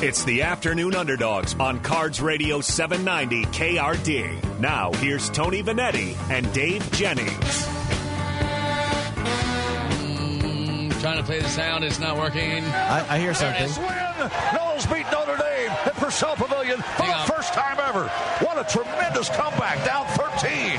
It's the Afternoon Underdogs on Cards Radio 790 KRD. Now, here's Tony Vanetti and Dave Jennings. Mm, Trying to play the sound, it's not working. I, I hear something. Win! Knowles beat Notre Dame at Purcell Pavilion for Hang on. the first time ever. What a tremendous comeback, down 13.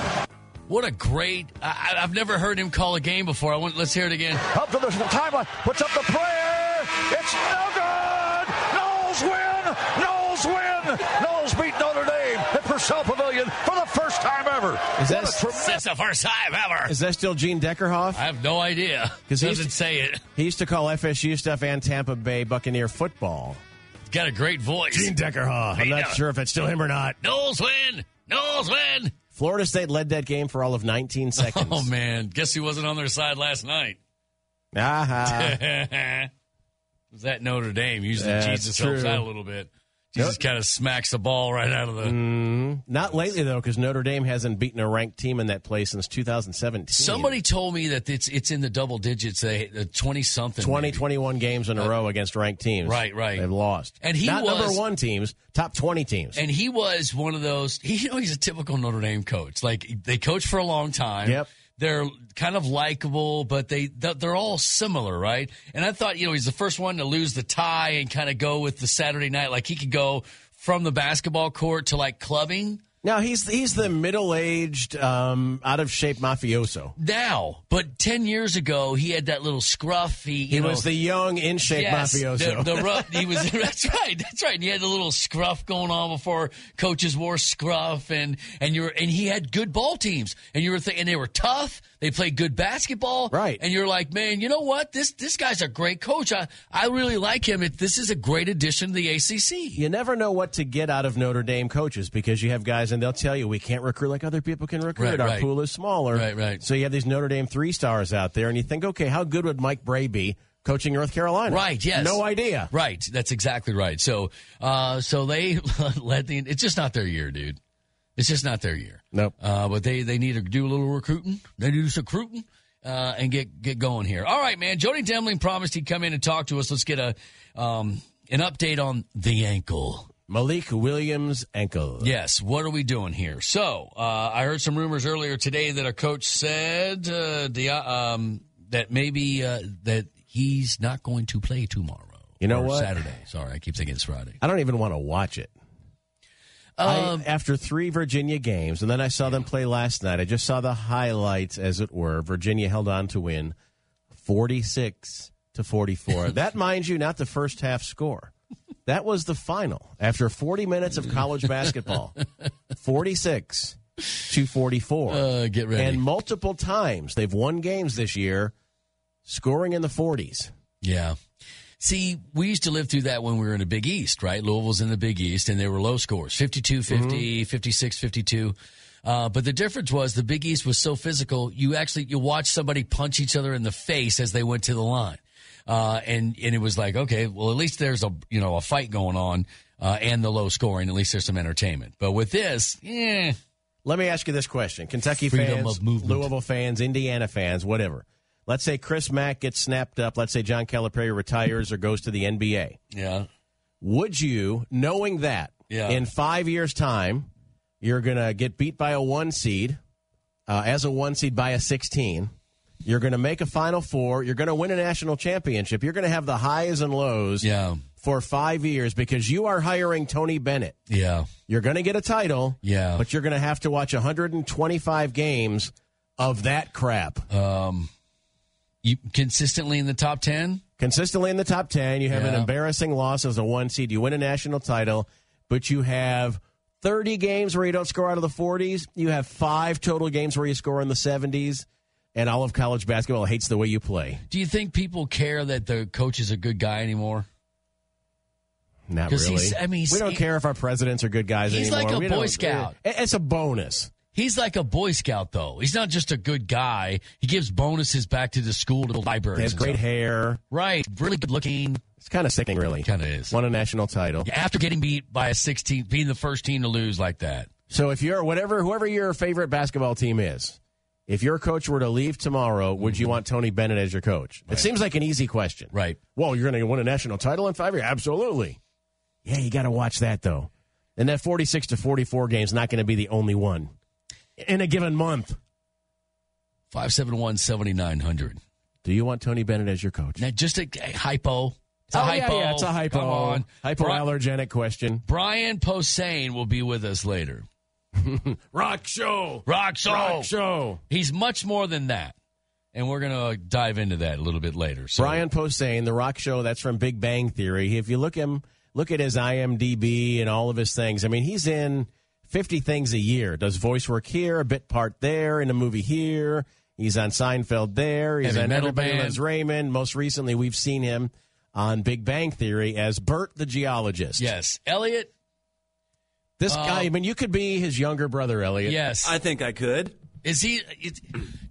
What a great! I, I- I've never heard him call a game before. I want. Let's hear it again. Up to the timeline, puts up the prayer. It's no good. Knowles win. Knowles win. Knowles beat Notre Dame at Purcell Pavilion for the first time ever. Is that what a tremendous That's the first time ever. Is that still Gene Deckerhoff? I have no idea. 'Cause he's- Doesn't say it. He used to call FSU stuff and Tampa Bay Buccaneer football. He's got a great voice. Deckerhoff. I'm not know. sure if it's still him or not. Knowles win. Knowles win. Florida State led that game for all of 19 seconds. Oh man, guess who wasn't on their side last night? Aha. It was that Notre Dame? Usually That's Jesus helps true. out a little bit. Jesus kind of smacks the ball right out of the. Mm. Not lately, though, because Notre Dame hasn't beaten a ranked team in that place since 2017. Somebody told me that it's it's in the double digits, they twenty something. 20, 21 games in a row against ranked teams. Uh, Right, right. They've lost. And he Not was- number one teams, top 20 teams. And he was one of those. He, you know, he's a typical Notre Dame coach. Like they coach for a long time. Yep. They're kind of likable, but they th- they're all similar, right? And I thought, you know, he's the first one to lose the tie and kind of go with the Saturday night. Like he could go from the basketball court to like clubbing now, he's he's the middle aged, um, out of shape mafioso. now, but ten years ago he had that little scruff. He you He know, was the young, in shape Yes, mafioso. The, the rough, he was that's right, that's right. And he had the little scruff going on before coaches wore scruff, and and you were, and he had good ball teams, and you were th- and they were tough. They played good basketball, Right. And you're like, man, you know what? This this guy's a great coach. I I really like him. It, this is a great addition to the ACC. you never know what to get out of Notre Dame coaches because you have guys and they'll tell you we can't recruit like other people can recruit. Right, Our right. pool is smaller. Right, right. So you have these Notre Dame three stars out there and you think, okay, how good would Mike Bray be coaching North Carolina? Right. Yes. No idea. Right. That's exactly right. So, uh, so they let the. It's just not their year, dude. It's just not their year. Nope. Uh, but they they need to do a little recruiting. They do some recruiting uh, and get get going here. All right, man. Jody Demling promised he'd come in and talk to us. Let's get a um, an update on the ankle. Malik Williams ankle. Yes. What are we doing here? So uh, I heard some rumors earlier today that a coach said uh, the, um, that maybe uh, that he's not going to play tomorrow. You know Or what? Saturday. Sorry, I keep thinking it's Friday. I don't even want to watch it. Um, I, after three Virginia games, and then I saw them play last night. I just saw the highlights, as it were. Virginia held on to win 46 to 44. that, mind you, not the first half score. That was the final after 40 minutes of college basketball 46 to 44. Uh, get ready. And multiple times they've won games this year, scoring in the 40s. Yeah. See, we used to live through that when we were in the Big East, right? Louisville's in the Big East, and they were low scores 52 50, 56 52. Uh, but the difference was the Big East was so physical, you actually you watched somebody punch each other in the face as they went to the line. Uh, and, and it was like, okay, well, at least there's a, you know, a fight going on, uh, and the low scoring. At least there's some entertainment. But with this, eh, Let me ask you this question: Kentucky Freedom fans, of movement. Louisville fans, Indiana fans, whatever. Let's say Chris Mack gets snapped up. Let's say John Calipari retires or goes to the NBA. yeah. Would you, knowing that, Yeah. in five years' time, you're gonna get beat by a one seed, uh, as a one seed by a sixteen. You're gonna make a Final Four. You're gonna win a national championship. You're gonna have the highs and lows Yeah. for five years because you are hiring Tony Bennett. Yeah. You're going to get a title. Yeah. But you're going to have to watch 125 games of that crap. Um, you consistently in the top 10? Consistently in the top 10, you have an Yeah. embarrassing loss as a one seed. You win a national title, but you have 30 games where you don't score out of the 40s. You have five total games where you score in the 70s. and all of college basketball hates the way you play. Do you think people care that the coach is a good guy anymore? Not 'Cause really. he's- I mean, he's- we don't he- care if our presidents are good guys He's anymore. like a We Boy don't- Scout. it- It's a bonus. He's like a Boy Scout, though. He's not just a good guy. He gives bonuses back to the school to the library. He has great hair. Right. Really good looking. It's kind of sickening, really. Kind of is. Won a national title. After getting beat by a 16, being the first team to lose like that. So if you're whatever, whoever your favorite basketball team is, if your coach were to leave tomorrow, would you want Tony Bennett as your coach? It seems like an easy question. Right. Well, you're going to win a national title in five years. Absolutely. Yeah, you got to watch that though. And that 46 to 44 game's not going to be the only one in a given month. 571 7900. Do you want Tony Bennett as your coach? Now, just a, a hypo. It's a Oh, yeah, hypo. yeah, it's a hypo. Come on. Bri- Hypoallergenic question. Brian Posehn will be with us later. Rock show. Rock show. Rock show. He's much more than that. And we're going to dive into that a little bit later. So, Brian Posehn, The Rock Show. That's from Big Bang Theory. If you look him, look at his IMDb and all of his things. I mean, he's in fifty things a year. Does voice work here, a bit part there, in a movie here. He's on Seinfeld there. He's Heavy on Metal Everybody Band. Loves Raymond. Most recently, we've seen him on Big Bang Theory as Bert the geologist. Yes. Elliot. this Uh, guy. I mean, you could be his younger brother, Elliot. Yes. I think I could. Is he? Is,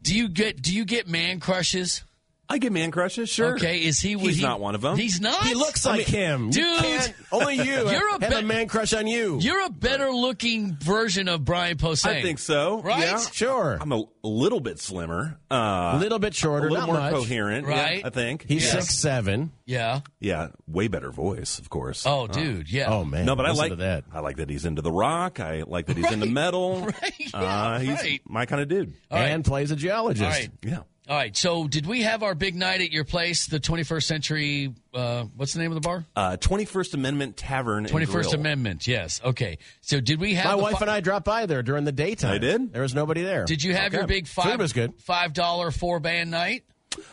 do you get do you get man crushes? I get man crushes, sure. Okay, is he? would He's he- not one of them. He's not. He looks like him, You dude. can't- only you. You're a have a bit- man crush on you. You're a better looking version of Brian Posehn. I think so. Right? Yeah. sure. I'm a, a little bit slimmer. Uh, a little bit a shorter, little not more much. coherent. yeah, Right. I think. He's Yes. six seven. Yeah. Yeah. Way better voice, of course. Oh, dude. Yeah. Oh man! no, but I listen like to that. I like that he's into the rock. I like that he's into metal. Right, yeah, uh, he's right. my kind of dude. All right. and plays a geologist. All right. Yeah. All right. So, did we have our big night at your place? The 21st century. Uh, what's the name of the bar? Uh, 21st Amendment Tavern. and 21st Grill. Amendment. Yes. Okay. So, did we have My the wife fi- and I dropped by there during the daytime. I did? There was nobody there. Did you have your big five was good. five dollar four band night?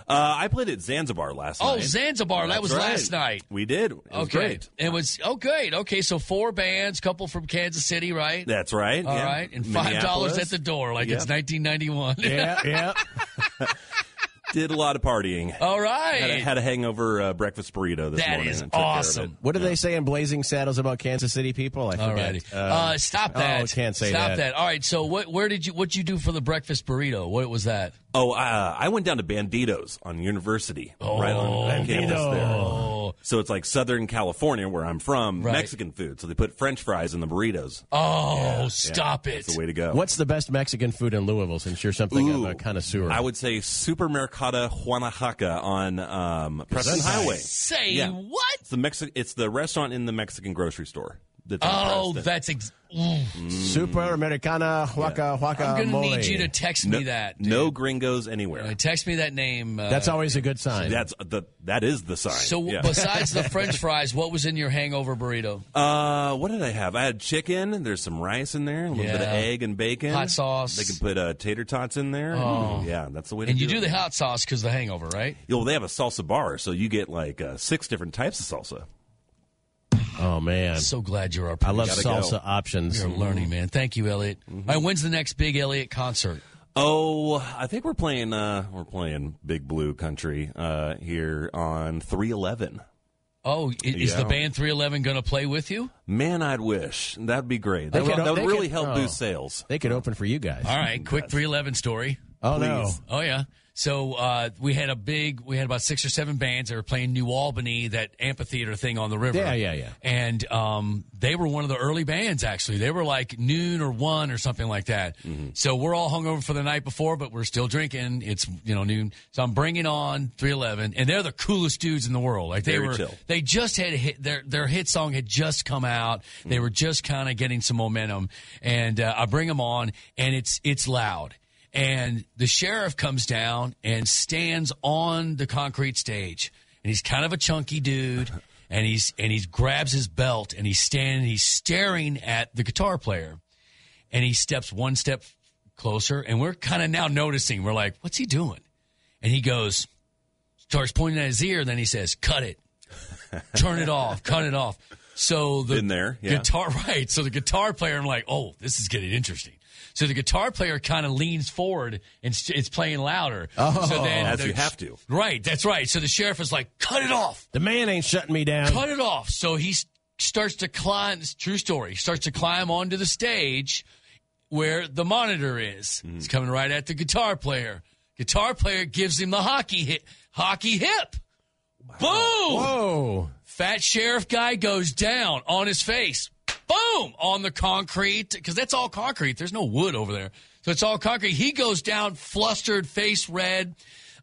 Uh, I played at Zanzibar last Oh, night. Zanzibar. That's that was right. last night. We did. It was okay. great. It was oh great. Okay, so four bands, couple from Kansas City, right? That's right. All right, yeah. and five dollars Minneapolis. at the door, like it's Yeah. 1991. Yeah, yeah. Did a lot of partying. All Had a, right, had a hangover uh, breakfast burrito this that morning. is and took care of awesome. what do they say in Blazing Saddles about Kansas City people? I All forget. righty, uh, stop that. Oh, can't say stop that. All right, so what? Where did you? What you do for the breakfast burrito? What was that? it. Oh, uh, I went down to Banditos on University, right on campus there. Oh, So it's like Southern California, where I'm from, Right. Mexican food. So they put French fries in the burritos. oh, stop it! That's the way to go. What's the best Mexican food in Louisville? Since you're something Ooh. of a connoisseur, I would say Supermercado Juanajaca on um, Preston Nice. Highway. Say Yeah. what? It's the Mexi- It's the restaurant in the Mexican grocery store. That's in Oh, Preston. that's. Ex- Ooh, Mm. Super Americana Huaca Huaca I'm gonna Mole. need you to text me that. dude. no gringos anywhere. Uh, text me that name. Uh, That's always a good sign. That's the that is the sign. So yeah. besides the French fries, what was in your hangover burrito? uh, what did I have? I had chicken. There's some rice in there. A little bit of Yeah. egg and bacon. Hot sauce. They can put uh, tater tots in there. Oh. Yeah, that's the way. And to you do it. the hot sauce because the hangover, right? Yeah, well, they have a salsa bar, so you get like uh, six different types of salsa. oh man, So glad you're our I love Gotta salsa Mm-hmm. go. options. You're learning, man. Thank you, Elliot. All right, when's the next big Elliot concert? Oh, I think we're playing. Uh, we're playing Big Blue Country uh, here on three eleven. Oh, i- is the band 311 going to play with you? Man, I'd wish that'd be great. That could- would, that they would really could- help oh. boost sales. They could open for you guys. All right, quick 311 story. oh no, Oh yeah. So uh, we had a big. We had about six or seven bands that were playing New Albany, that amphitheater thing on the river. Yeah, yeah, yeah. And um, they were one of the early bands. Actually, they were like noon or one or something like that. Mm-hmm. So we're all hungover for the night before, but we're still drinking. It's you know noon. So I'm bringing on 311, and they're the coolest dudes in the world. Like they Very were. chill. They just had a hit their their hit song had just come out. They were just kind of getting some momentum, and uh, I bring them on, and it's it's loud. And the sheriff comes down and stands on the concrete stage, and he's kind of a chunky dude, and he's and he grabs his belt and he's standing, he's staring at the guitar player, and he steps one step closer, and we're kind of now noticing. We're like, what's he doing? And he goes, starts pointing at his ear, then he says, cut it turn it off, cut it off. So the Been there, yeah. guitar right. So the guitar player, I'm like, oh, this is getting interesting. So the guitar player kind of leans forward and st- it's playing louder. Oh. so As the- you have to. Right, that's right. So the sheriff is like, cut it off. The man ain't shutting me down. Cut it off. So he s- starts to climb. it's True story. Starts to climb onto the stage where the monitor is. He's coming right at the guitar player. Guitar player gives him the hockey hit. Hockey hip. Boom! Whoa. Fat sheriff guy goes down on his face. Boom! On the concrete, because that's all concrete. There's no wood over there. So it's all concrete. He goes down, flustered, face red.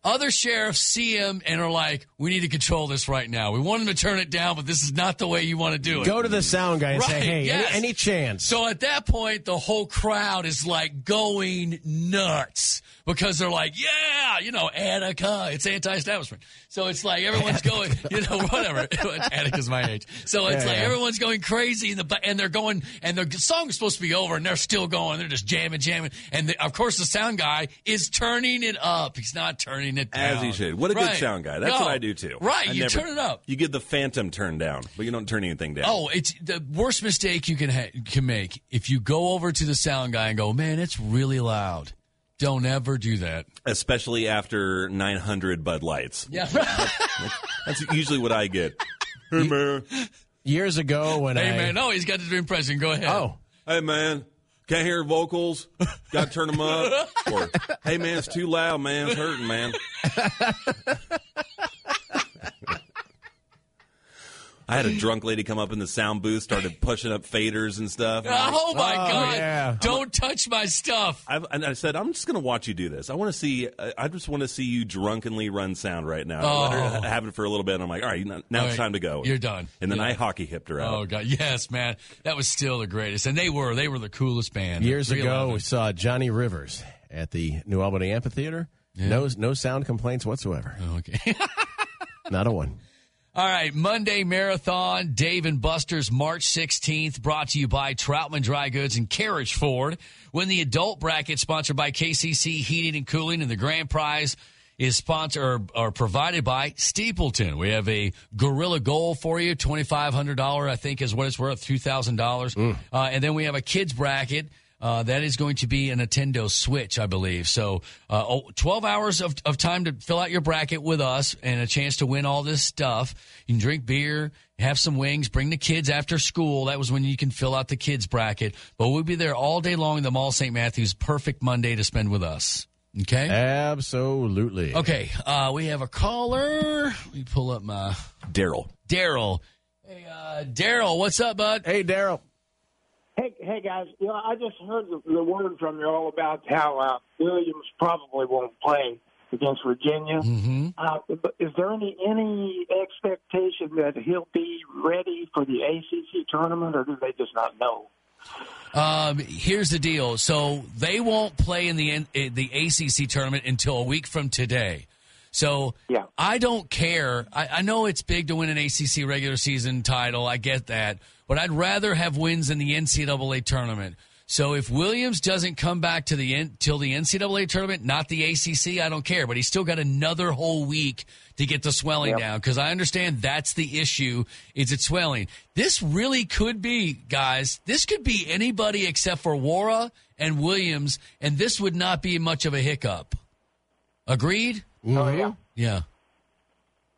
Other sheriffs see him and are like, we need to control this right now. We want him to turn it down, but this is not the way you want to do it. Go to the sound guy and say, Right, hey, yes. any, any chance? So at that point, the whole crowd is like going nuts because they're like, yeah, you know, Attica, it's anti establishment. So it's like everyone's going, you know, whatever. Attica's my age. So it's Yeah, like yeah. everyone's going crazy and, the, bu- and they're going, and the song's supposed to be over and they're still going. They're just jamming, jamming. And the, of course, the sound guy is turning it up. He's not turning it down. As he should. What a Right. good sound guy. That's No. what I do too. Right. I you never- turn it up. You get the phantom turned down, but you don't turn anything down. Oh, it's the worst mistake you can ha- can make if you go over to the sound guy and go, "Man, it's really loud." Don't ever do that. Especially after 900 Bud Lights. That's usually what I get. Hey, man. Years ago when hey I. man, no, he's got the impression. Go ahead. Oh. Hey, man. Can't hear vocals. Got to turn them up. Or, hey, man, it's too loud, man. It's hurting, man. I had a drunk lady come up in the sound booth, started pushing up faders and stuff. And I- Oh my Oh, god! yeah. Don't touch my stuff. I've, and I said, I'm just going to watch you do this. I want to see. I I just want to see you drunkenly run sound right now. I let her have it for a little bit. And I'm like, all right, now, now Oh. All it's right, time to go. you're done. And then Yeah. I hockey hipped her out. Oh god, yes, man, that was still the greatest, and they were they were the coolest band. Years ago, 311. we saw Johnny Rivers at the New Albany Amphitheater. No, no sound complaints whatsoever. Okay. Not a one. All right, Monday Marathon, Dave and Buster's, March 16th, brought to you by Troutman Dry Goods and Carriage Ford. Win the adult bracket sponsored by KCC Heating and Cooling, and the grand prize is sponsored or, or provided by Steepleton. We have a Gorilla Gold for you, $2,500, I think is what it's worth, $2,000. Uh, and then we have a kids bracket. Uh, that is going to be a Nintendo Switch, I believe. So, uh, oh, 12 hours of, of time to fill out your bracket with us and a chance to win all this stuff. You can drink beer, have some wings, bring the kids after school. That was when you can fill out the kids bracket. But we'll be there all day long in the Mall St. Matthews. Perfect Monday to spend with us. Okay? Absolutely. Okay. Uh, we have a caller. Let me pull up my Daryl. Daryl. Hey, uh, Daryl, what's up, bud? Hey, Daryl. Hey, hey guys, you know, I just heard the, the word from you all about how uh, Williams probably won't play against Virginia. Mm-hmm. Uh, but is there any any expectation that he'll be ready for the ACC tournament, or do they just not know? Um, here's the deal. So they won't play in the in the ACC tournament until a week from today. So Yeah. I don't care. I, I know it's big to win an ACC regular season title. I get that, but I'd rather have wins in the NCAA tournament. So if Williams doesn't come back to the N- till the NCAA tournament, not the ACC, I don't care. But he's still got another whole week to get the swelling down because I understand that's the issue is it swelling. This really could be, guys. This could be anybody except for Wara and Williams, and this would not be much of a hiccup. Agreed? Mm-hmm. Oh yeah. Yeah.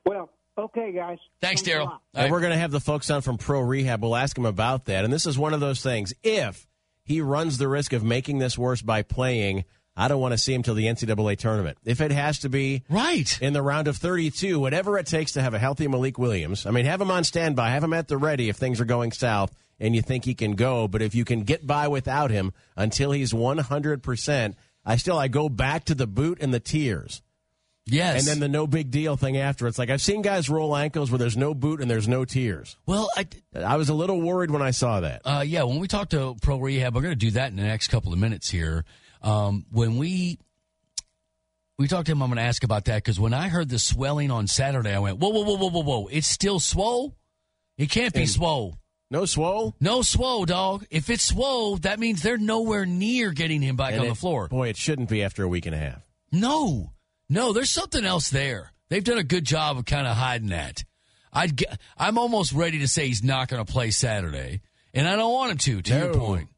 Well, okay, guys. Thanks, a Daryl. lot. All And right. we're going to have the folks on from Pro Rehab. We'll ask him about that. And this is one of those things. If he runs the risk of making this worse by playing, I don't want to see him till the NCAA tournament. If it has to be Right. in the round of 32, whatever it takes to have a healthy Malik Williams, I mean, have him on standby, have him at the ready if things are going south and you think he can go. But if you can get by without him until he's 100%, I still, I go back to the boot and the tears. Yes. And then the no big deal thing after. It's like I've seen guys roll ankles where there's no boot and there's no tears. well, I, I was a little worried when I saw that. uh, yeah, when we talk to Pro Rehab, we're going to do that in the next couple of minutes here. Um, when we we talked to him, I'm going to ask about that because when I heard the swelling on Saturday, I went, whoa, whoa, whoa, whoa, whoa, whoa. It's still swole? It can't be And- swole. No swole. No swole, dog. If it's swole, that means they're nowhere near getting him back And on the it- floor. Boy, it shouldn't be after a week and a half. No, no, there's something else there. They've done a good job of kind of hiding that. I'd get, I'm almost ready to say he's not going to play Saturday, and I don't want him to. To your No. point,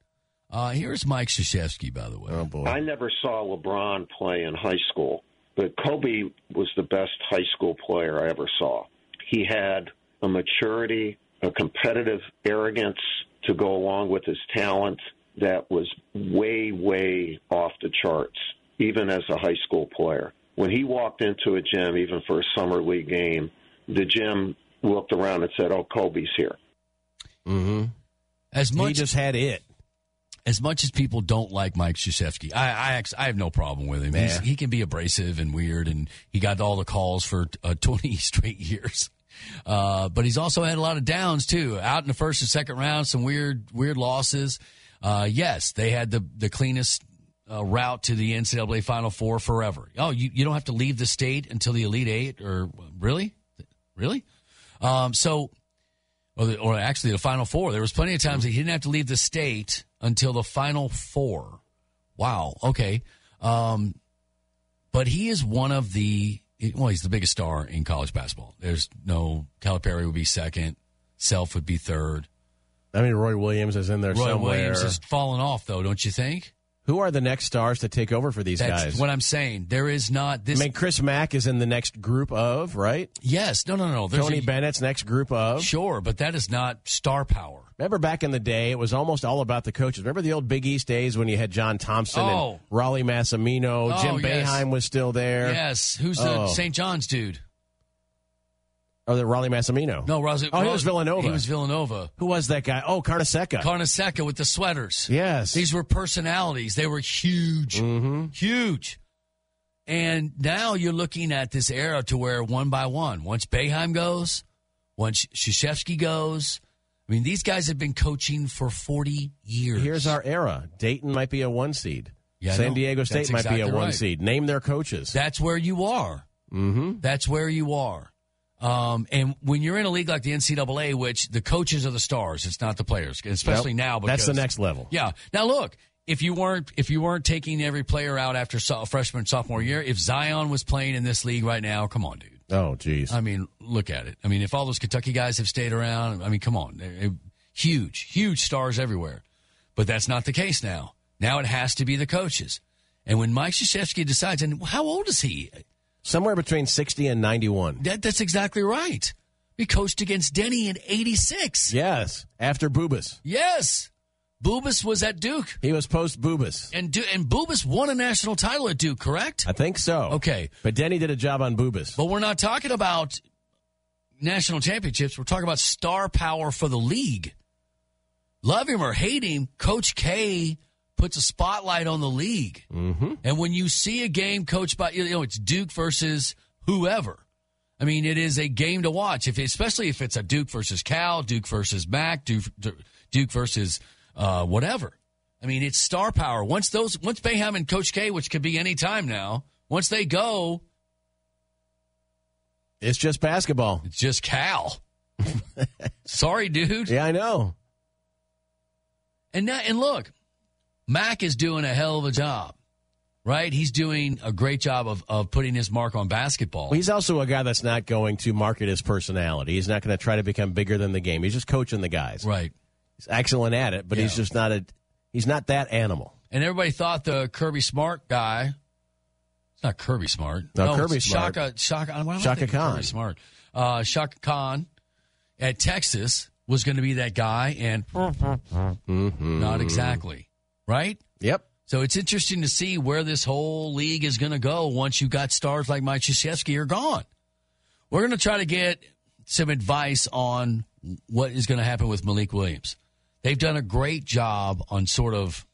Uh, here's Mike Krzyzewski, by the way. Oh boy. I never saw LeBron play in high school, but Kobe was the best high school player I ever saw. He had a maturity, a competitive arrogance to go along with his talent that was way, way off the charts, even as a high school player. When he walked into a gym, even for a summer league game, the gym looked around and said, Oh, Kobe's here. Mm-hmm. As much he just had it. as much as people don't like Mike Krzyzewski, I I, act- I have no problem with him. He's, Yeah. he can be abrasive and weird, and he got all the calls for uh, 20 straight years. Uh, but he's also had a lot of downs too. Out in the first and second round, some weird weird losses. Uh, yes, they had the the cleanest uh, route to the NCAA Final Four forever. Oh, you, you don't have to leave the state until the Elite Eight, or really, really. Um, so or, the, or actually the final four. There was plenty of times that he didn't have to leave the state until the final four. Wow. Okay. Um, but he is one of the well, he's the biggest star in college basketball. There's no Calipari would be second, Self would be third. I mean, Roy Williams is in there Roy somewhere. Williams has fallen off though, don't you think? Who are the next stars to take over for these That's guys? what I'm saying. There is not I this. mean, Chris Mack is in the next group of right. yes, no, no, no. There's Tony a- Bennett's next group of. Sure, but that is not star power. Remember back in the day, it was almost all about the coaches. Remember the old Big East days when you had John Thompson Oh. and Raleigh Massimino, Oh, Jim yes. Boeheim was still there. Yes, who's the Oh. St. John's dude? Or the Raleigh Massimino. No, Rosa, Oh, he Rosa- was Villanova. He was Villanova. Who was that guy? Oh, Carnesecca. Carnesecca with the sweaters. yes. These were personalities. They were huge, Mhm. huge. And now you're looking at this era to where one by one, once Beheim goes, once Shashevsky goes, I mean, these guys have been coaching for 40 years. Here's our era. Dayton might be a one seed. Yeah, I San know. Diego That's State might be a exactly one right. seed. Name their coaches. That's where you are. mm-hmm. That's where you are. Um, and when you're in a league like the NCAA, which the coaches are the stars, it's not the players, especially now. That's the because- next level. Yeah. Now look, if you weren't if you weren't taking every player out after so- freshman sophomore year, if Zion was playing in this league right now, come on, dude. Oh, geez. I mean, look at it. I mean, if all those Kentucky guys have stayed around, I mean, come on, They're- they're huge, huge stars everywhere. But that's not the case now. Now it has to be the coaches. And when Mike Krzyzewski decides, and how old is he? Somewhere between 60 and 91. That, that's exactly right. He coached against Denny in '86. Yes. After Bubas. Yes, Bubas was at Duke, He was post Bubas. and Du- and Bubas won a national title at Duke, correct? I think so. Okay. But Denny did a job on Bubas. But we're not talking about national championships. We're talking about star power for the league. Love him or hate him, Coach K puts a spotlight on the league. Mm-hmm. And when you see a game coached by, you know, it's Duke versus whoever. I mean, it is a game to watch, if especially if it's a Duke versus Cal, Duke versus Mac, Duke, Duke versus uh, whatever. I mean, it's star power. Once those, once Bayham and Coach K, which could be any time now, once they go, It's just basketball. It's just Cal. Sorry, dude. Yeah, I know. And now, and look, Mac is doing a hell of a job, right? He's doing a great job of, of putting his mark on basketball. Well, he's also a guy that's not going to market his personality. He's not going to try to become bigger than the game. He's just coaching the guys. right. He's excellent at it, but he's Yeah. just not a he's not that animal. And everybody thought the Kirby Smart guy. It's not Kirby Smart. No, it's Kirby Smart. Shaka Shaka. why am I Shaka thinking Khan. Kirby Smart. Uh, Shaka Khan at Texas was going to be that guy, and Mm-hmm. not exactly right. Yep. So it's interesting to see where this whole league is going to go once you've got stars like Mike Krzyzewski are gone. We're going to try to get some advice on what is going to happen with Malik Williams. They've done a great job on sort of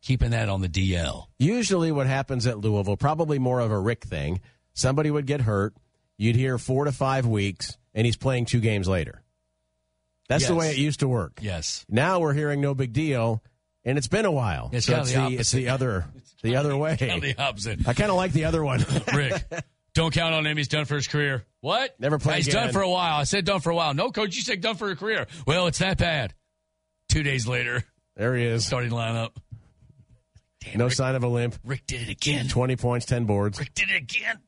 keeping that on the DL. Usually, what happens at Louisville, probably more of a Rick thing. Somebody would get hurt. You'd hear four to five weeks, and he's playing two games later. That's the Yes. way it used to work. Yes. Now we're hearing no big deal, and it's been a while. It's kinda so it's the the, it's opposite. the other the other way. the opposite. I kind of like the other one. Rick, don't count on him. He's done for his career. What? Never play Hey, He's again. done for a while. I said done for a while. No, coach, you said done for a career. Well, it's that bad. Two days later, there he is. starting lineup. No sign of a limp. Rick did it again. Twenty points, ten boards. Rick did it again.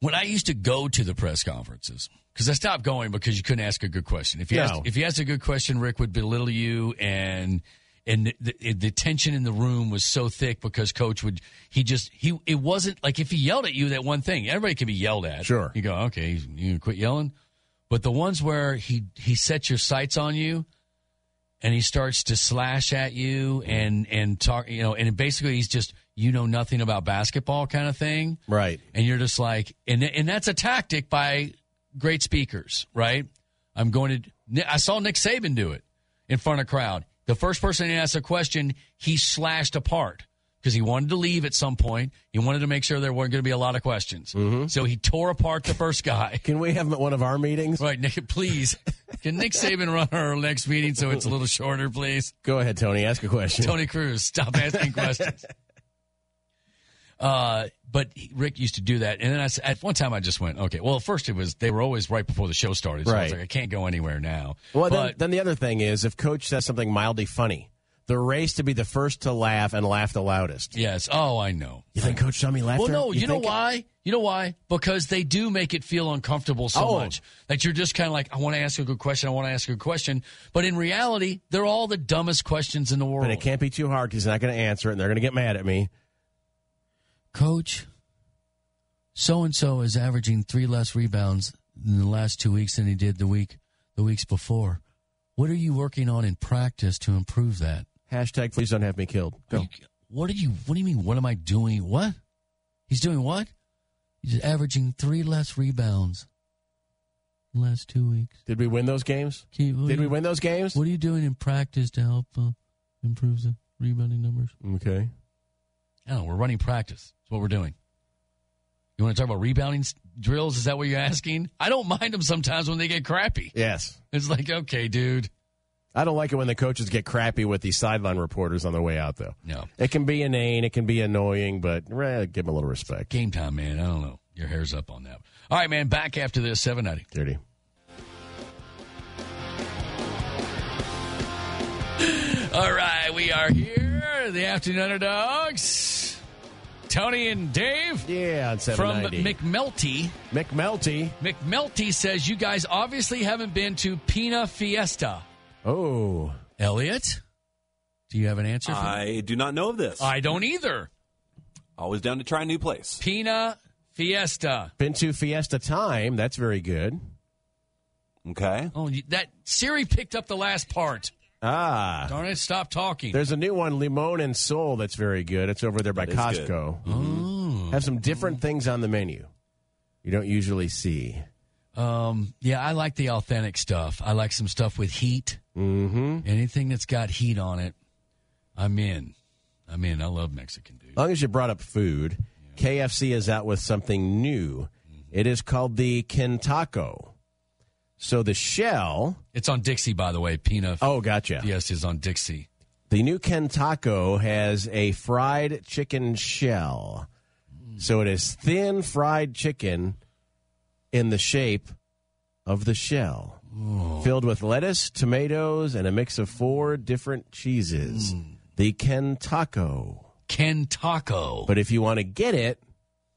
when I used to go to the press conferences, because I stopped going because you couldn't ask a good question. If you No. asked, if you asked a good question, Rick would belittle you, and and the, the, the tension in the room was so thick because Coach would he just he it wasn't like if he yelled at you that one thing everybody can be yelled at. Sure. you go okay, he's- you can quit yelling. But the ones where he he sets your sights on you, and he starts to slash at you and and talk, you know, and basically he's just you know nothing about basketball kind of thing Right. and you're just like and and that's a tactic by great speakers right i'm going to i saw nick saban do it in front of crowd the first person to ask a question he slashed apart because he wanted to leave at some point he wanted to make sure there weren't going to be a lot of questions so he tore apart the first guy Can we have him at one of our meetings? right nick please can nick saban run our next meeting so it's a little shorter please Go ahead, Tony. Ask a question. Tony Cruz, stop asking questions. Uh, but he- Rick used to do that, and then I s at one time I just went, okay. Well, first it was they were always right before the show started, so I was Right. like, I can't go anywhere now. Well, then, but then the other thing is if Coach says something mildly funny, the race to be the first to laugh and laugh the loudest. yes, oh, I know. You think Coach saw me laugh? Well, there? no, you, know think- why? You know why? Because they do make it feel uncomfortable so Oh. much that you're just kind of like, I want to ask a good question, I want to ask a good question, but in reality, they're all the dumbest questions in the world. But it can't be too hard because he's not going to answer it and they're going to get mad at me. coach, so and so is averaging three less rebounds in the last two weeks than he did the week the weeks before. What are you working on in practice to improve that? Hashtag please don't have me killed. Go. What are you what do you mean what am I doing? What? He's doing what? He's averaging three less rebounds in the last two weeks. Did we win those games? Can you- what Did are we you- win those games? What are you doing in practice to help uh, improve the rebounding numbers? Okay. No, Oh, we're running practice. That's what we're doing. You want to talk about rebounding s- drills? Is that what you're asking? I don't mind them sometimes when they get crappy. Yes. It's like, okay, dude. I don't like it when the coaches get crappy with the sideline reporters on their way out, though. No. It can be inane, it can be annoying, but eh, give them a little respect. Game time, man. I don't know. Your hair's up on that. All right, man. Back after this, 790. Dirty. All right, we are here. The Afternoon Underdogs. Tony and Dave Yeah, on from 790. McMelty. McMelty. McMelty says, You guys obviously haven't been to Pina Fiesta. Oh. Elliot, do you have an answer for me? I do not know of this. I don't either. Always down to try a new place. Pina Fiesta. Been to Fiesta Time. That's very good. Okay. Oh, you- that Siri picked up the last part. Ah. Darn it! Stop talking. There's a new one, Limon and Soul, that's very good. It's over there by That is good. Costco. Have some different things on the menu you don't usually see. um, yeah, I like the authentic stuff. I like some stuff with heat. Mm-hmm. Anything that's got heat on it, I'm in. I'm in. I love Mexican dude. As long as you brought up food, KFC is out with something new. It is called the Kentaco. So the shell. It's on Dixie, by the way. Pina Oh, gotcha. Fiesta is on Dixie. The new Kentaco has a fried chicken shell. So it is thin fried chicken in the shape of the shell, filled with lettuce, tomatoes, and a mix of four different cheeses. The Kentaco. Ken Taco. But if you want to get it,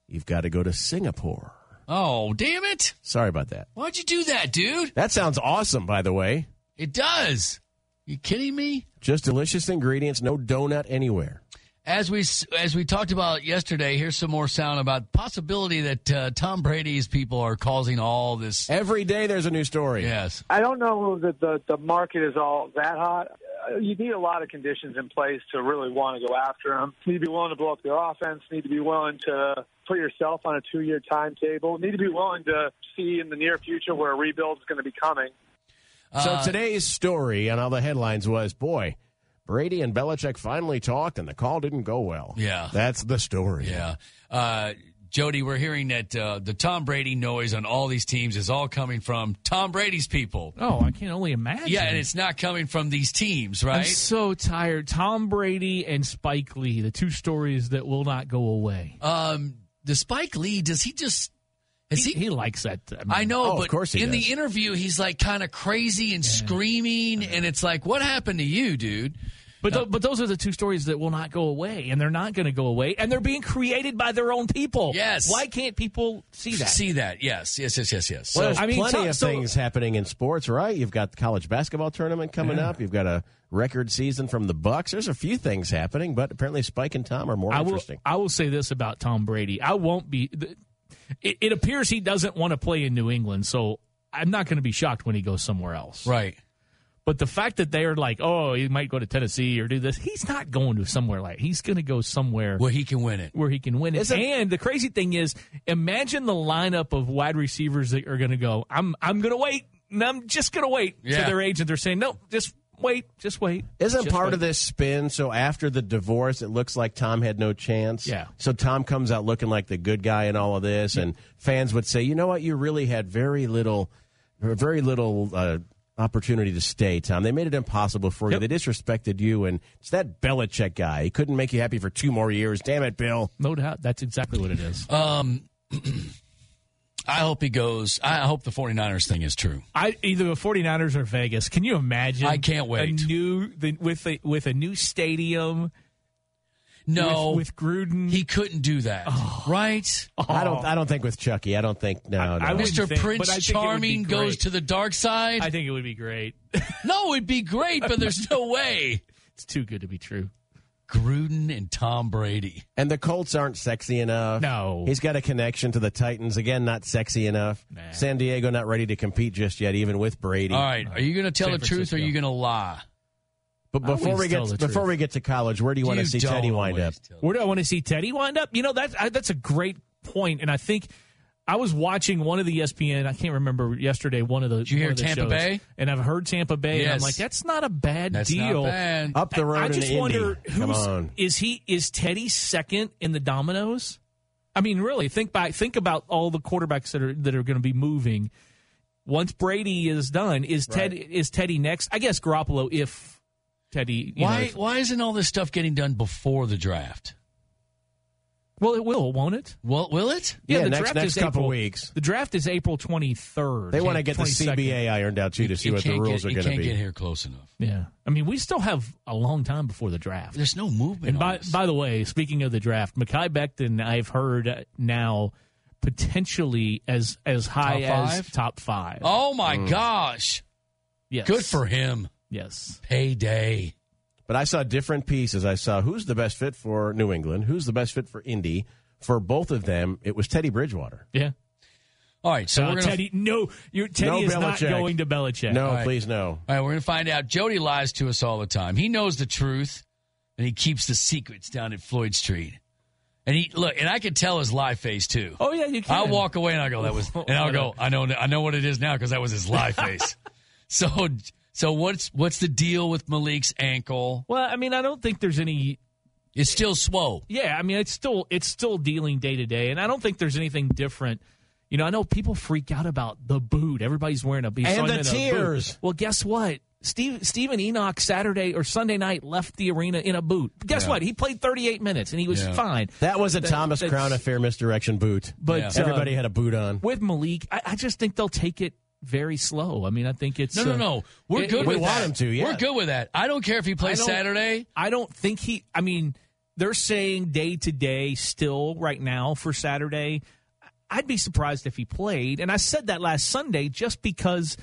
you've got to go to Singapore. Oh, damn it! Sorry about that. Why'd you do that, dude? That sounds awesome, by the way. It does. You kidding me? Just delicious ingredients, no donut anywhere. As we as we talked about yesterday, here's some more sound about possibility that uh, Tom Brady's people are causing all this. Every day there's a new story. Yes, I don't know that the, the market is all that hot. Uh, You need a lot of conditions in place to really want to go after them. Need to be willing to blow up their offense. Need to be willing to put yourself on a two-year timetable. Need to be willing to see in the near future where a rebuild is going to be coming. Uh, So today's story on all the headlines was, boy, Brady and Belichick finally talked, and the call didn't go well. Yeah. that's the story. yeah. Uh, Jody, we're hearing that uh, the Tom Brady noise on all these teams is all coming from Tom Brady's people. Oh, I can only imagine. Yeah, and it's not coming from these teams, I'm right? so tired. Tom Brady and Spike Lee, the two stories that will not go away. Um, the Spike Lee does he just? Has he, he? he likes that. I, mean, I know, Oh, of but course he in does. the interview, he's like kind of crazy and screaming, and it's like, what happened to you, dude? But tho- but those are the two stories that will not go away, and they're not going to go away, and they're being created by their own people. Yes. Why can't people see that? See that? Yes, yes, yes, yes, yes. So Well, there's I mean, plenty so- of so- things happening in sports, right? You've got the college basketball tournament coming up. You've got a record season from the Bucks. There's a few things happening, but apparently Spike and Tom are more I will, interesting. I will say this about Tom Brady. I won't be. th- It, it appears he doesn't want to play in New England, so I'm not going to be shocked when he goes somewhere else. right. But the fact that they are like, oh, he might go to Tennessee or do this, he's not going to somewhere like he's going to go somewhere Well, he can win it. where he can win it. Isn't- and the crazy thing is, imagine the lineup of wide receivers that are going to go. I'm I'm going to wait. And I'm just going to wait Yeah. to their agent. They're saying, no, just wait, just wait. Isn't just part wait." of this spin so after the divorce, it looks like Tom had no chance? Yeah. So Tom comes out looking like the good guy in all of this, and fans would say, you know what? You really had very little, very little. Uh, Opportunity to stay, Tom. They made it impossible for you. They disrespected you, and it's that Belichick guy. He couldn't make you happy for two more years. Damn it, Bill. No doubt. That's exactly what it is. I hope he goes. I hope the 49ers thing is true. I either the 49ers or Vegas. Can you imagine? I can't wait. A new the, with a with a new stadium. No, with, Oh. with Gruden. he couldn't do that. Right? I don't. I don't think with Chucky. I don't think. No, I- no. I would- Mr. think- but I Prince think it would be Charming great. goes to the dark side. I think it would be great. no, it'd be great, but there's no way. it's too good to be true. Gruden and Tom Brady. and the Colts aren't sexy enough. No. he's got a connection to the Titans again. Not sexy enough. San Diego not ready to compete just yet, even with Brady. All right, are you going to tell San the truth or are Francisco. you going to lie? But before always we tell get the before truth. we get to college, where do you, want to see don't Teddy wind up? always tell- Where do I want to see Teddy wind up? You know that's I, that's a great point, and I think I was watching one of the E ESPN. I can't remember yesterday. One of the you one hear of the Tampa shows, Bay? and I've heard Tampa Bay. and I'm Yes. like, that's not a bad That's deal. not bad. Up the road I in just Indy. wonder Come who's on. is he is Teddy second in the dominoes? I mean, really think back think about all the quarterbacks that are that are going to be moving. Once Brady is done, is Ted is Teddy next? I guess Garoppolo if Teddy. You know, Why, if- why isn't all this stuff getting done before the draft? well, it will, won't it? Well, will it? Yeah, next- next couple April, weeks. The draft is April twenty third. They want to get the 22nd. CBA ironed out too to see It what the can't rules get, are it going can't to get be. here close enough. Yeah, I mean, we still have a long time before the draft. There's no movement. And on by this. by the way, speaking of the draft, Mackay Becton, I've heard uh, now potentially as as high Top as five? top five. oh my gosh! yes, Good for him. yes. Payday. But I saw different pieces. I saw who's the best fit for New England, who's the best fit for Indy. For both of them, it was Teddy Bridgewater. Yeah. All right, so So we're gonna uh, Teddy, no, you Teddy No is not Belichick. going to Belichick. No, right. please no. All right, we're going to find out. Jody lies to us all the time. He knows the truth, and he keeps the secrets down at Floyd Street. And he look, and I can tell his lie face too. Oh yeah, you can. I'll walk away and I'll go. That was, and I'll go. I know, I know what it is now because that was his lie face. so, so what's what's the deal with Malik's ankle? Well, I mean, I don't think there's any. It's still swole. Yeah, I mean, it's still it's still dealing day to day, and I don't think there's anything different. You know, I know people freak out about the boot. Everybody's wearing a boot. And so I the know boot. tears. Well, guess what? Steve Stephen Enoch Saturday or Sunday night left the arena in a boot. Guess what? He played 38 minutes and he was Yeah. fine. That was a Thomas that's- Crown affair misdirection boot. But Yeah. uh, Everybody had a boot on. with Malik, I, I just think they'll take it very slow. I mean, I think it's No, no, uh, no. We're it- good. we with want that. him to, yeah. We're good with that. I don't care if he plays I don't- Saturday. I don't think he. I mean, they're saying day to day still right now for Saturday. I'd be surprised if he played, and I said that last Sunday just because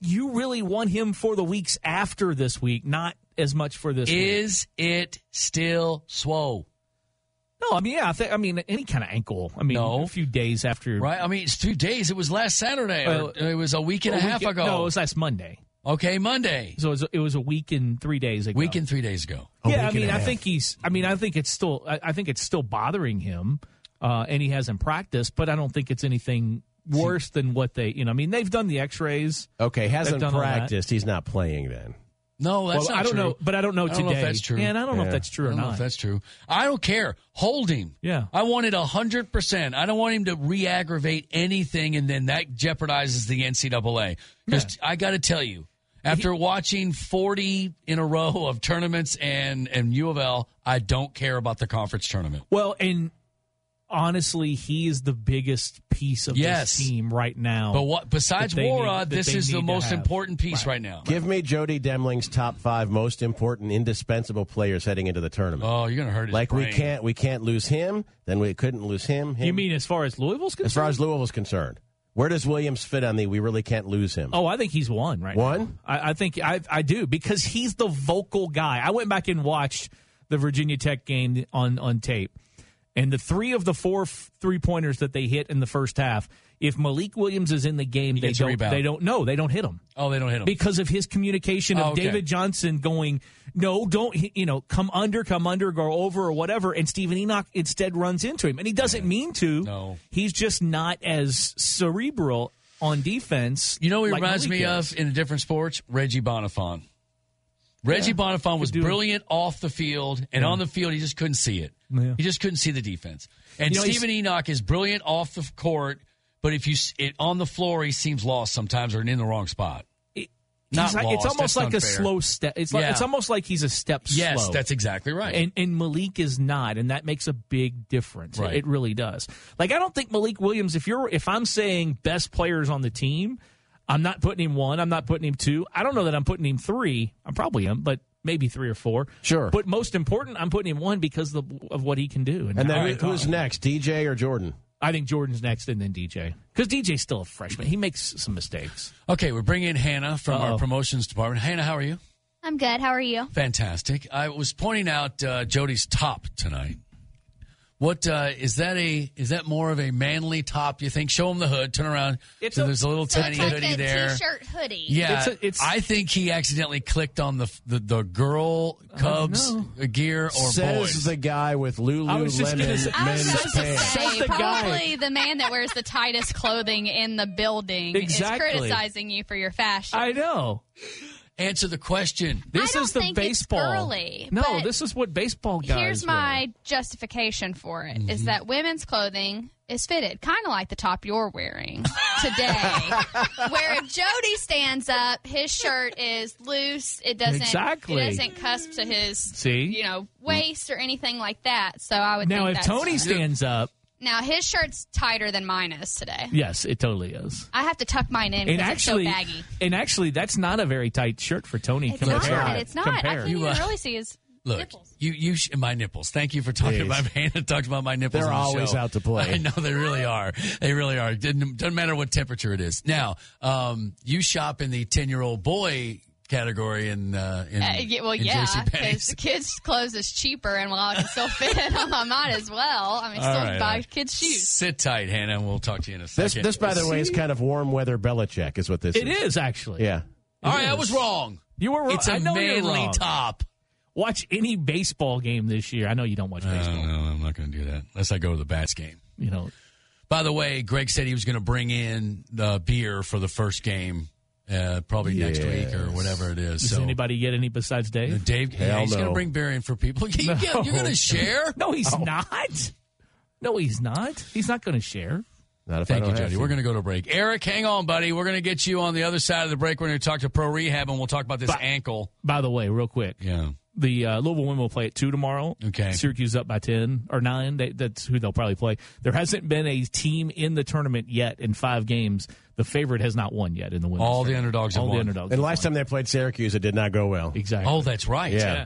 you really want him for the weeks after this week, not as much for this week. Is it still swole? No, I mean, yeah, I, think, I mean, any kind of ankle. I mean, No. a few days after. Right? I mean, it's two days. It was last Saturday. or it was a week and a, week- half ago. No, it was last Monday. okay, Monday. So it was, it was a week and three days ago. Oh. Week and three days ago. yeah, I mean, I think he's. I mean, I think it's still. I, I think it's still bothering him, uh, and he hasn't practiced. But I don't think it's anything worse than what they. You know, I mean, they've done the X-rays. Okay, hasn't done all that. practiced. He's not playing then. No, that's well, not I don't true. know, but I don't know I today. don't know if that's true. Yeah, and I don't know if Yeah. that's true I or don't know not. if that's true. I don't care. Hold him. Yeah. I want it 100%. I don't want him to re aggravate anything, and then that jeopardizes the NCAA. Because I got to tell you, after watching 40 in a row of tournaments and, and U of L, I don't care about the conference tournament. well, and honestly, he is the biggest piece of Yes. this team right now. But what besides that they Wara, need- that this they is the need to most have. important piece right, now. Give me Jody Demling's top five most important, indispensable players heading into the tournament. Oh, you're gonna hurt his like we brain. can't, we can't lose him. Then we couldn't lose him. him. You mean as far as Louisville's concerned? as far as Louisville's concerned, where does Williams fit on the? We really can't lose him. Oh, I think he's one right now. One? I, I think I, I do because he's the vocal guy. I went back and watched the Virginia Tech game on on tape, and the three of the four three pointers that they hit in the first half. If Malik Williams is in the game, they gets a don't. rebound. They don't. No, they don't hit him Oh, they don't hit him. because of his communication of Oh, okay. David Johnson going, no, don't, he- you know, come under, come under, go over, or whatever. And Stephen Enoch instead runs into him. And he doesn't mean to. No. He's just not as cerebral on defense. You know, what he like reminds Malik me is. of in a different sports, Reggie Bonifon. Reggie Bonifon was do. brilliant off the field, and on the field he just couldn't see it. Yeah. He just couldn't see the defense. And You know, he's- Stephen Enoch is brilliant off the court, but if you s- it, on the floor he seems lost sometimes or in the wrong spot. It- Not he's like- lost. It's almost That's like a unfair. slow step. It's like Yeah. it's almost like he's a step Yes, slow. that's exactly right. and and Malik is not, and that makes a big difference. Right. It really does. Like I don't think Malik Williams. If you're if I'm saying best players on the team, I'm not putting him one. I'm not putting him two. I don't know that I'm putting him three. I'm probably him, but maybe three or four. Sure. But most important, I'm putting him one because of, of what he can do. and how then he who- who's talks. next, DJ or Jordan? I think Jordan's next, and then DJ because DJ's still a freshman. He makes some mistakes. okay, we're bringing in Hannah from our Uh-oh. promotions department. Hannah, how are you? I'm good. How are you? Fantastic. I was pointing out uh, Jody's top tonight. What uh, is that? A is that more of a manly top? You think? Show him the hood. Turn around. It's so a- there's a little So tiny it's like hoodie a there. shirt hoodie. Yeah, It's a- it's- I think he accidentally clicked on the the, the girl Cubs know. gear or Says boys. the guy with I was just Lululemon gonna men's say- I was about to pants. Says say, the guy. probably the man that wears the tightest clothing in the building Exactly. is criticizing you for your fashion. I know. Answer the question. This I don't is the think it's baseball. girly, no, but this is what baseball guys. Here's wear. Mm-hmm. my justification for it: is that women's clothing is fitted, kind of like the top you're wearing today. Where if Jody stands up, his shirt is loose. It doesn't Exactly. It doesn't cusp to his See? you know waist or anything like that. So I would Now, think that's if Tony stands up, now his shirt's tighter than mine is today. yes, it totally is. I have to tuck mine in And because actually, it's so baggy. and actually, that's not a very tight shirt for Tony. It's compared- not. It's not. I compared. can't even You, uh, really see his Look, nipples. you you sh- my nipples. Thank you for talking Jeez. about Hannah talked about my nipples. They're on the always show. out to play. I know they really are. They really are. Didn't, doesn't matter what temperature it is. Now, um, you shop in the ten year old boy category in uh, in Uh, yeah, well, in yeah, because JCPenney's. the kids' clothes is cheaper, and while I can still fit it on, I might as well. I mean, All still right, all buy right. kids' shoes. Sit tight, Hannah, and we'll talk to you in a This, second. this, by the way, is kind of warm weather Belichick, is what this It is. is actually. Yeah. All right, It I is. was wrong. You were wrong. It's a I know you're manly wrong. top. Watch any baseball game this year. I know you don't Uh, watch baseball. I'm not going to do that unless I go to the bats game. You know, By the way, Greg said he was going to bring in the beer for the first game, uh, probably next week or whatever it is. does so anybody get any besides Uh, Dave? Dave, yeah, Hell he's going to no. bring beer in for people. You, No. are going to share. No, he's not. No, he's not. He's not going to share. Not if I Thank don't you, have Jody. to. We're going to go to break. Eric, hang on, buddy. We're going to get you on the other side of the break. We're going to talk to Pro Rehab, and we'll talk about this Bye. ankle. By the way, real quick, Yeah. the uh, Louisville women will play at two tomorrow. Okay. Syracuse up by ten or nine. They, that's who they'll probably play. There hasn't been a team in the tournament yet in five games. The favorite has not won yet in the women's. All the tournament. underdogs have All the won. underdogs. And have last time won. they played Syracuse, it did not go well. exactly. Oh, that's right. Yeah.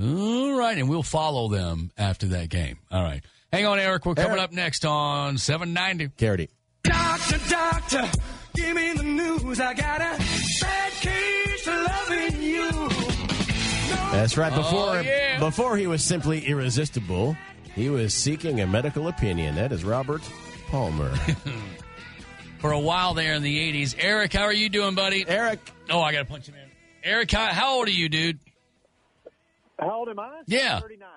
All right, and we'll follow them after that game. All right. Hang on, Eric. We're coming Eric. up next on 790. Garrity. Doctor, doctor, give me the news. I got a bad case to loving you. That's right. Before Oh, yeah. before he was simply irresistible, he was seeking a medical opinion. That is Robert Palmer. For a while there in the 80s. Eric, how are you doing, buddy? Eric, Oh, I got to punch him in. Eric, how, how old are you, dude? How old am I? Yeah. 39.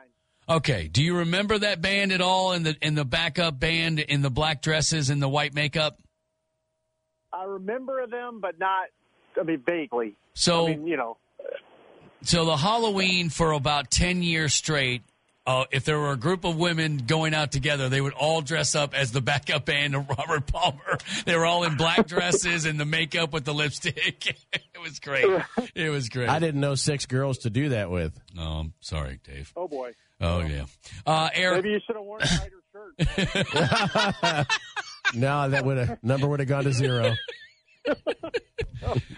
Okay. Do you remember that band at all? In the in the backup band in the black dresses and the white makeup. I remember them, but not, I mean, vaguely. So I mean, you know. so the Halloween for about ten years straight. Uh, if there were a group of women going out together, they would all dress up as the backup band of Robert Palmer. They were all in black dresses and the makeup with the lipstick. it was great. It was great. I didn't know six girls to do that with. No, I'm sorry, Dave. Oh, boy. Oh yeah. Uh, Eric, Maybe you should have worn a tighter shirt. shirt. No, that would have number would have gone to zero.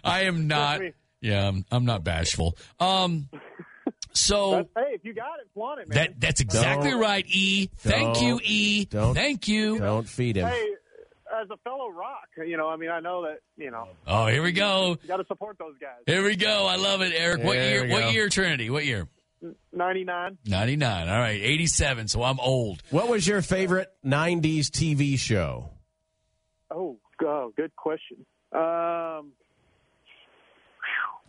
I am not. Yeah, I'm, I'm not bashful. Um, so Hey, if you got it, flaunt it, man. that that's exactly Don't- right, E. Thank you, E. don't- Thank you. Don't feed him. hey, as a fellow rock, you know, I mean, I know that, you know, Oh, here we go. you got to support those guys. Here we go. I love it, Eric. What There year? we What go. year, Trinity? What year? 99. 99. All right, 87. So I'm old. What was your favorite '90s TV show? Oh, oh, good question. Um,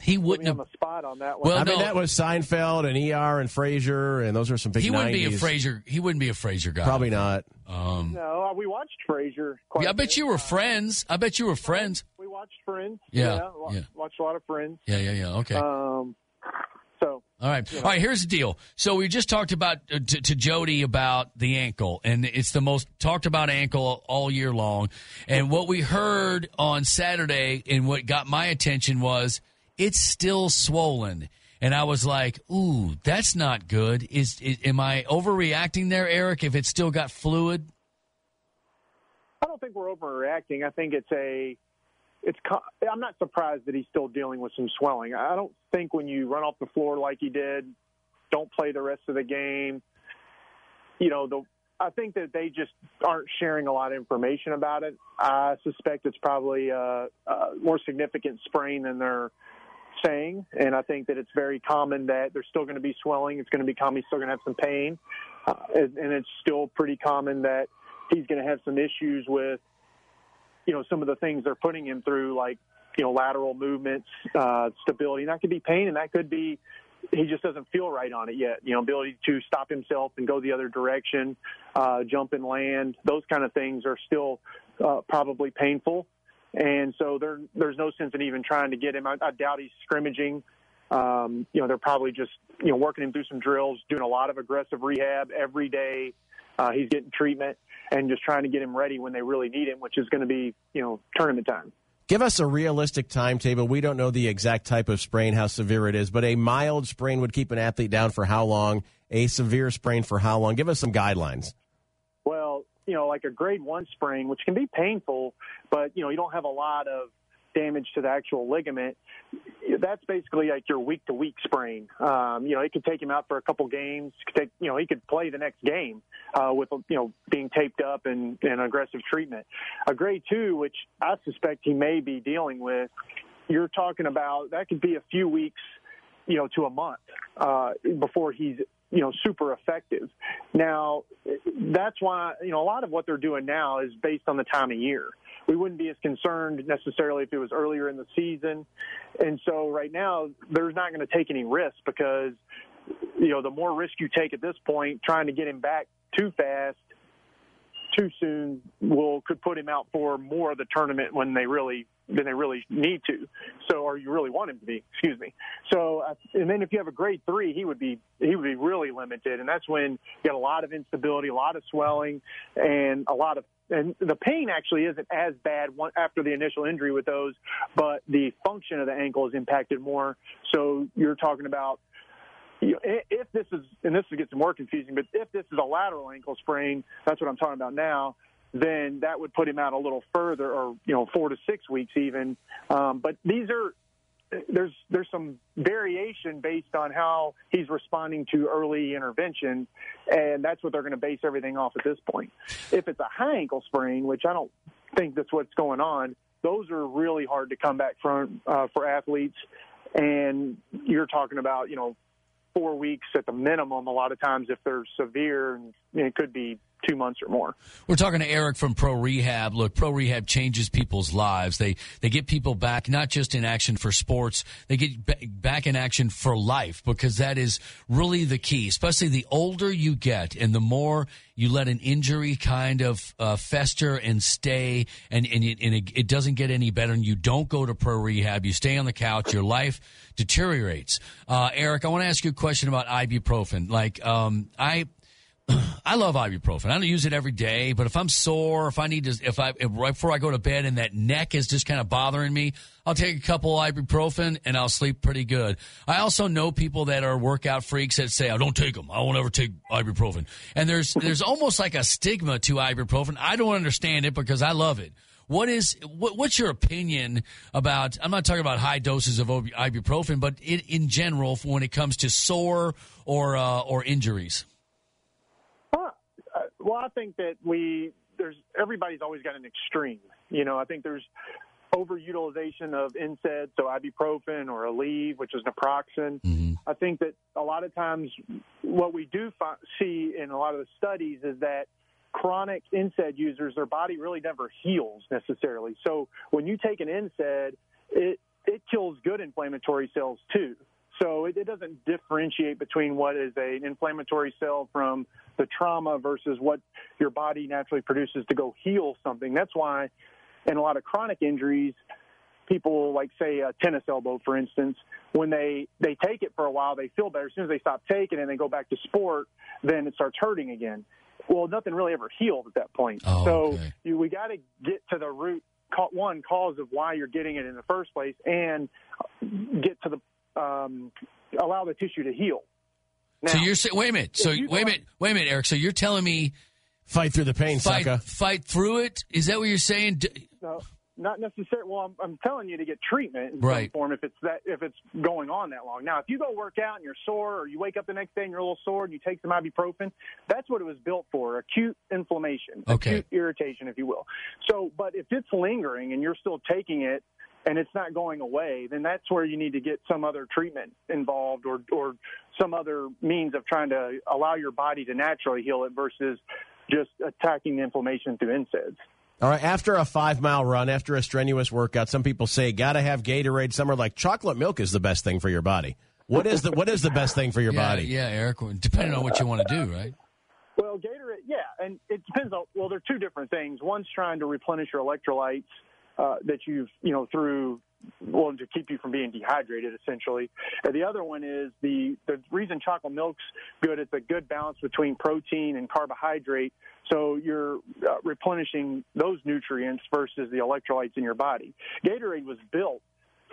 He put me wouldn't on have. the spot on that one. Well, I mean, no. that was Seinfeld and ER and Frasier, and those are some big. He wouldn't be a 90s. Fraser. He wouldn't be a Fraser guy. Probably not. Um, no, uh, we watched Frasier. Quite yeah, I a bet bit. you were friends. I bet you were friends. We watched Friends. Yeah, wa- yeah. watched a lot of Friends. Yeah, yeah, yeah. Okay. Um, so All right. All right. Here's the deal. So we just talked about uh, to, to Jody about the ankle, and it's the most talked about ankle all year long. And what we heard on Saturday, and what got my attention was it's still swollen. And I was like, "Ooh, that's not good. Is, is am I overreacting there, Eric? If it's still got fluid? I don't think we're overreacting. I think it's a. It's. co- I'm not surprised that he's still dealing with some swelling. I don't think when you run off the floor like he did, don't play the rest of the game. You know the. I think that they just aren't sharing a lot of information about it. I suspect it's probably a, a more significant sprain than they're saying, and I think that it's very common that there's still going to be swelling. It's going to be common. He's still going to have some pain, uh, and, and it's still pretty common that he's going to have some issues with, you know, some of the things they're putting him through, like you know, lateral movements, uh, stability. And that could be pain, and that could be he just doesn't feel right on it yet. You know, ability to stop himself and go the other direction, uh, jump and land. Those kind of things are still uh, probably painful, and so there, there's no sense in even trying to get him. I, I doubt he's scrimmaging. Um, you know, they're probably just you know working him through some drills, doing a lot of aggressive rehab every day. Uh, he's getting treatment and just trying to get him ready when they really need him, which is going to be you know tournament time. Give us a realistic timetable. We don't know the exact type of sprain, how severe it is, but a mild sprain would keep an athlete down for how long? A severe sprain for how long? Give us some guidelines. well, you know, like a grade one sprain, which can be painful, but you know, you don't have a lot of damage to the actual ligament. That's basically like your week to week sprain. Um, you know, it could take him out for a couple games. Could take, you know, he could play the next game uh, with you know being taped up and, and aggressive treatment. A grade two, which I suspect he may be dealing with, you're talking about that could be a few weeks, you know, to a month uh, before he's you know super effective. Now, that's why you know a lot of what they're doing now is based on the time of year. We wouldn't be as concerned necessarily if it was earlier in the season, and so right now they're not going to take any risk because you know the more risk you take at this point, trying to get him back too fast. Too soon will could put him out for more of the tournament when they really than they really need to, so or you really want him to be. Excuse me. So uh, and then if you have a grade three, he would be he would be really limited, and that's when you got a lot of instability, a lot of swelling, and a lot of and the pain actually isn't as bad one, after the initial injury with those, but the function of the ankle is impacted more. So you're talking about you know, i- if this is, and this will get some more confusing, but if this is a lateral ankle sprain, that's what I'm talking about now. Then that would put him out a little further, or you know, four to six weeks even. Um, but these are there's there's some variation based on how he's responding to early intervention, and that's what they're going to base everything off at this point. If it's a high ankle sprain, which I don't think that's what's going on, those are really hard to come back from uh, for athletes, and you're talking about you know four weeks at the minimum. A lot of times, if they're severe, and it could be two months or more. We're talking to Eric from Pro Rehab. Look, Pro Rehab changes people's lives. They they get people back not just in action for sports. They get ba- back in action for life because that is really the key. Especially the older you get and the more you let an injury kind of uh, fester and stay, and and, it, and it, it doesn't get any better. And you don't go to Pro Rehab. You stay on the couch. Your life deteriorates. Uh, Eric, I want to ask you a question about ibuprofen. Like, um, I I love ibuprofen. I don't use it every day, but if I'm sore, if I need to, if I if right before I go to bed and that neck is just kind of bothering me, I'll take a couple ibuprofen and I'll sleep pretty good. I also know people that are workout freaks that say, "I don't take them. I won't ever take ibuprofen." And there's there's almost like a stigma to ibuprofen. I don't understand it because I love it. What is what, what's your opinion about? I'm not talking about high doses of ob- ibuprofen, but it, in general, for when it comes to sore or uh, or injuries. uh, well, I think that we there's everybody's always got an extreme. You know, I think there's overutilization of NSAID, so ibuprofen or Aleve, which is naproxen. I think that a lot of times what we do fi- see in a lot of the studies is that chronic NSAID users, their body really never heals necessarily. So when you take an NSAID, it it kills good inflammatory cells too. So it, it doesn't differentiate between what is a, an inflammatory cell from the trauma versus what your body naturally produces to go heal something. That's why in a lot of chronic injuries, people like say a tennis elbow, for instance, when they they take it for a while, they feel better. As soon as they stop taking it and they go back to sport, then it starts hurting again. Well, nothing really ever healed at that point. Oh, so okay. you, we got to get to the root ca- one cause of why you're getting it in the first place, and get to the um, allow the tissue to heal. so you're saying, wait a minute. So wait a minute. Wait a minute, Eric. So you're telling me fight through the pain, fight, sucker. Fight through it. Is that what you're saying? D- No, not necessarily. Well, I'm, I'm telling you to get treatment in some Right. form if it's that if it's going on that long. Now, if you go work out and you're sore, or you wake up the next day and you're a little sore, and you take some ibuprofen, that's what it was built for: acute inflammation, Okay. acute irritation, if you will. So, but if it's lingering and you're still taking it. And it's not going away, then that's where you need to get some other treatment involved, or or some other means of trying to allow your body to naturally heal it versus just attacking the inflammation through NSAIDs. All right, after a five mile run, after a strenuous workout, some people say gotta have Gatorade. Some are like chocolate milk is the best thing for your body. What is the what is the best thing for your yeah, body? Yeah, Eric. Depending on what you want to do, right? Well, Gatorade, yeah, and it depends on. Well, they're two different things. One's trying to replenish your electrolytes uh, that you've, you know, through well to keep you from being dehydrated, essentially. And the other one is the the reason chocolate milk's good. It's a good balance between protein and carbohydrate, so you're uh, replenishing those nutrients versus the electrolytes in your body. Gatorade was built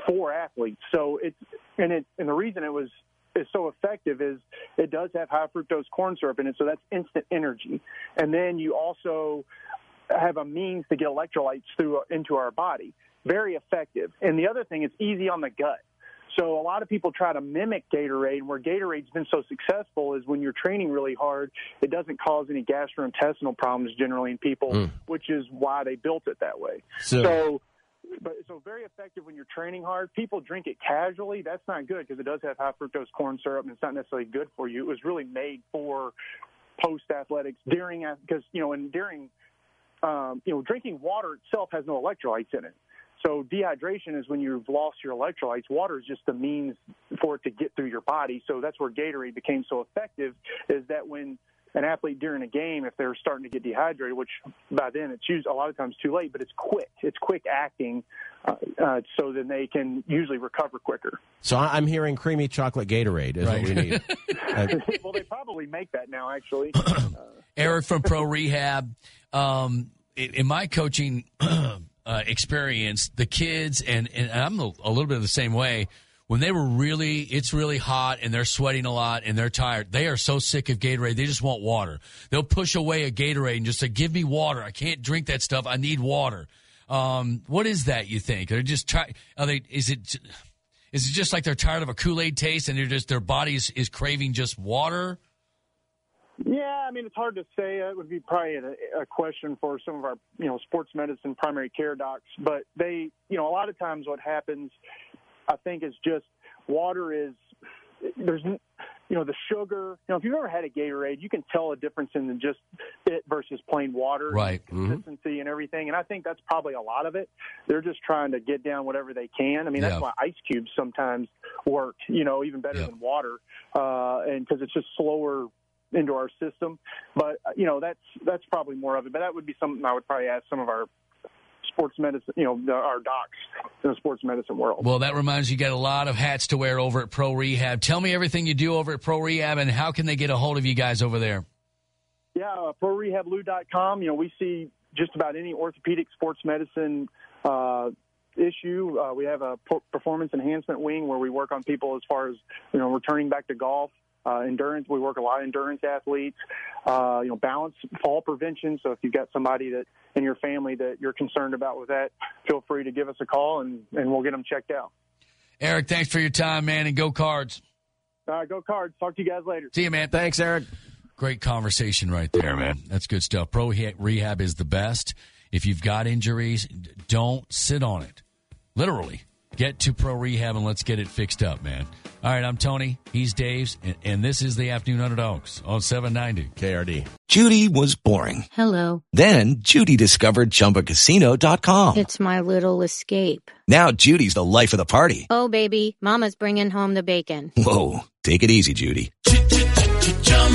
for athletes. So it's and it and the reason it was is so effective is it does have high fructose corn syrup in it, so that's instant energy. And then you also have a means to get electrolytes through uh, into our body. Very effective. And the other thing, it's easy on the gut. So a lot of people try to mimic Gatorade, and where Gatorade's been so successful is when you're training really hard, it doesn't cause any gastrointestinal problems generally in people, Mm. which is why they built it that way. So- so but so very effective when you're training hard. People drink it casually. That's not good because it does have high fructose corn syrup, and it's not necessarily good for you. It was really made for post athletics during because you know and during um, you know drinking water itself has no electrolytes in it. So dehydration is when you've lost your electrolytes. Water is just the means for it to get through your body. So that's where Gatorade became so effective. Is that when an athlete during a game, if they're starting to get dehydrated, which by then it's used a lot of times too late, but it's quick. It's quick acting, uh, uh, so then they can usually recover quicker. So I- I'm hearing creamy chocolate Gatorade is what we need. Uh, well, they probably make that now, actually. Eric from Pro Rehab. Um, in, in my coaching uh, experience, the kids and, and I'm a, a little bit of the same way. When they were really, it's really hot and they're sweating a lot and they're tired. They are so sick of Gatorade. They just want water. They'll push away a Gatorade and just say, "Give me water. I can't drink that stuff. I need water." Um, what is that? You think they're just try? Are they? Is it? Is it just like they're tired of a Kool Aid taste and they're just their body is, is craving just water? Yeah, I mean it's hard to say. That would be probably a, a question for some of our, you know, sports medicine primary care docs. But they, you know, a lot of times what happens, I think, is just water is there's, n- you know, the sugar. You know, if you've ever had a Gatorade, you can tell a difference in the just it versus plain water, Right. Mhm. Consistency and everything. And I think that's probably a lot of it. They're just trying to get down whatever they can. I mean, Yeah. that's why ice cubes sometimes work. You know, even better than water, uh, and because it's just slower into our system. But uh, you know, that's that's probably more of it. But that would be something I would probably ask some of our sports medicine, you know, the- our docs in the sports medicine world. Well, that reminds you, you got a lot of hats to wear over at Pro Rehab. Tell me everything you do over at Pro Rehab and how can they get a hold of you guys over there? Yeah, uh, prorehablou.com. You know, we see just about any orthopedic sports medicine uh, issue. Uh, we have a per- performance enhancement wing where we work on people as far as you know returning back to golf. Uh, endurance. We work a lot of endurance athletes. Uh, you know, balance fall prevention. So if you've got somebody that in your family that you're concerned about with that, feel free to give us a call and, and we'll get them checked out. Eric, thanks for your time, man, and go cards. All right, Uh, go cards. Talk to you guys later. See you, man. Thanks, Eric. Great conversation right there, man. That's good stuff. Pro He- rehab is the best. If you've got injuries, d- don't sit on it. Literally, get to pro rehab and let's get it fixed up, man. All right, I'm Tony. He's Dave's, and, and this is the Afternoon Underdogs on 790 KRD. Judy was boring. Hello. Then Judy discovered ChumbaCasino.com. It's my little escape. Now Judy's the life of the party. Oh, baby, Mama's bringing home the bacon. Whoa, take it easy, Judy.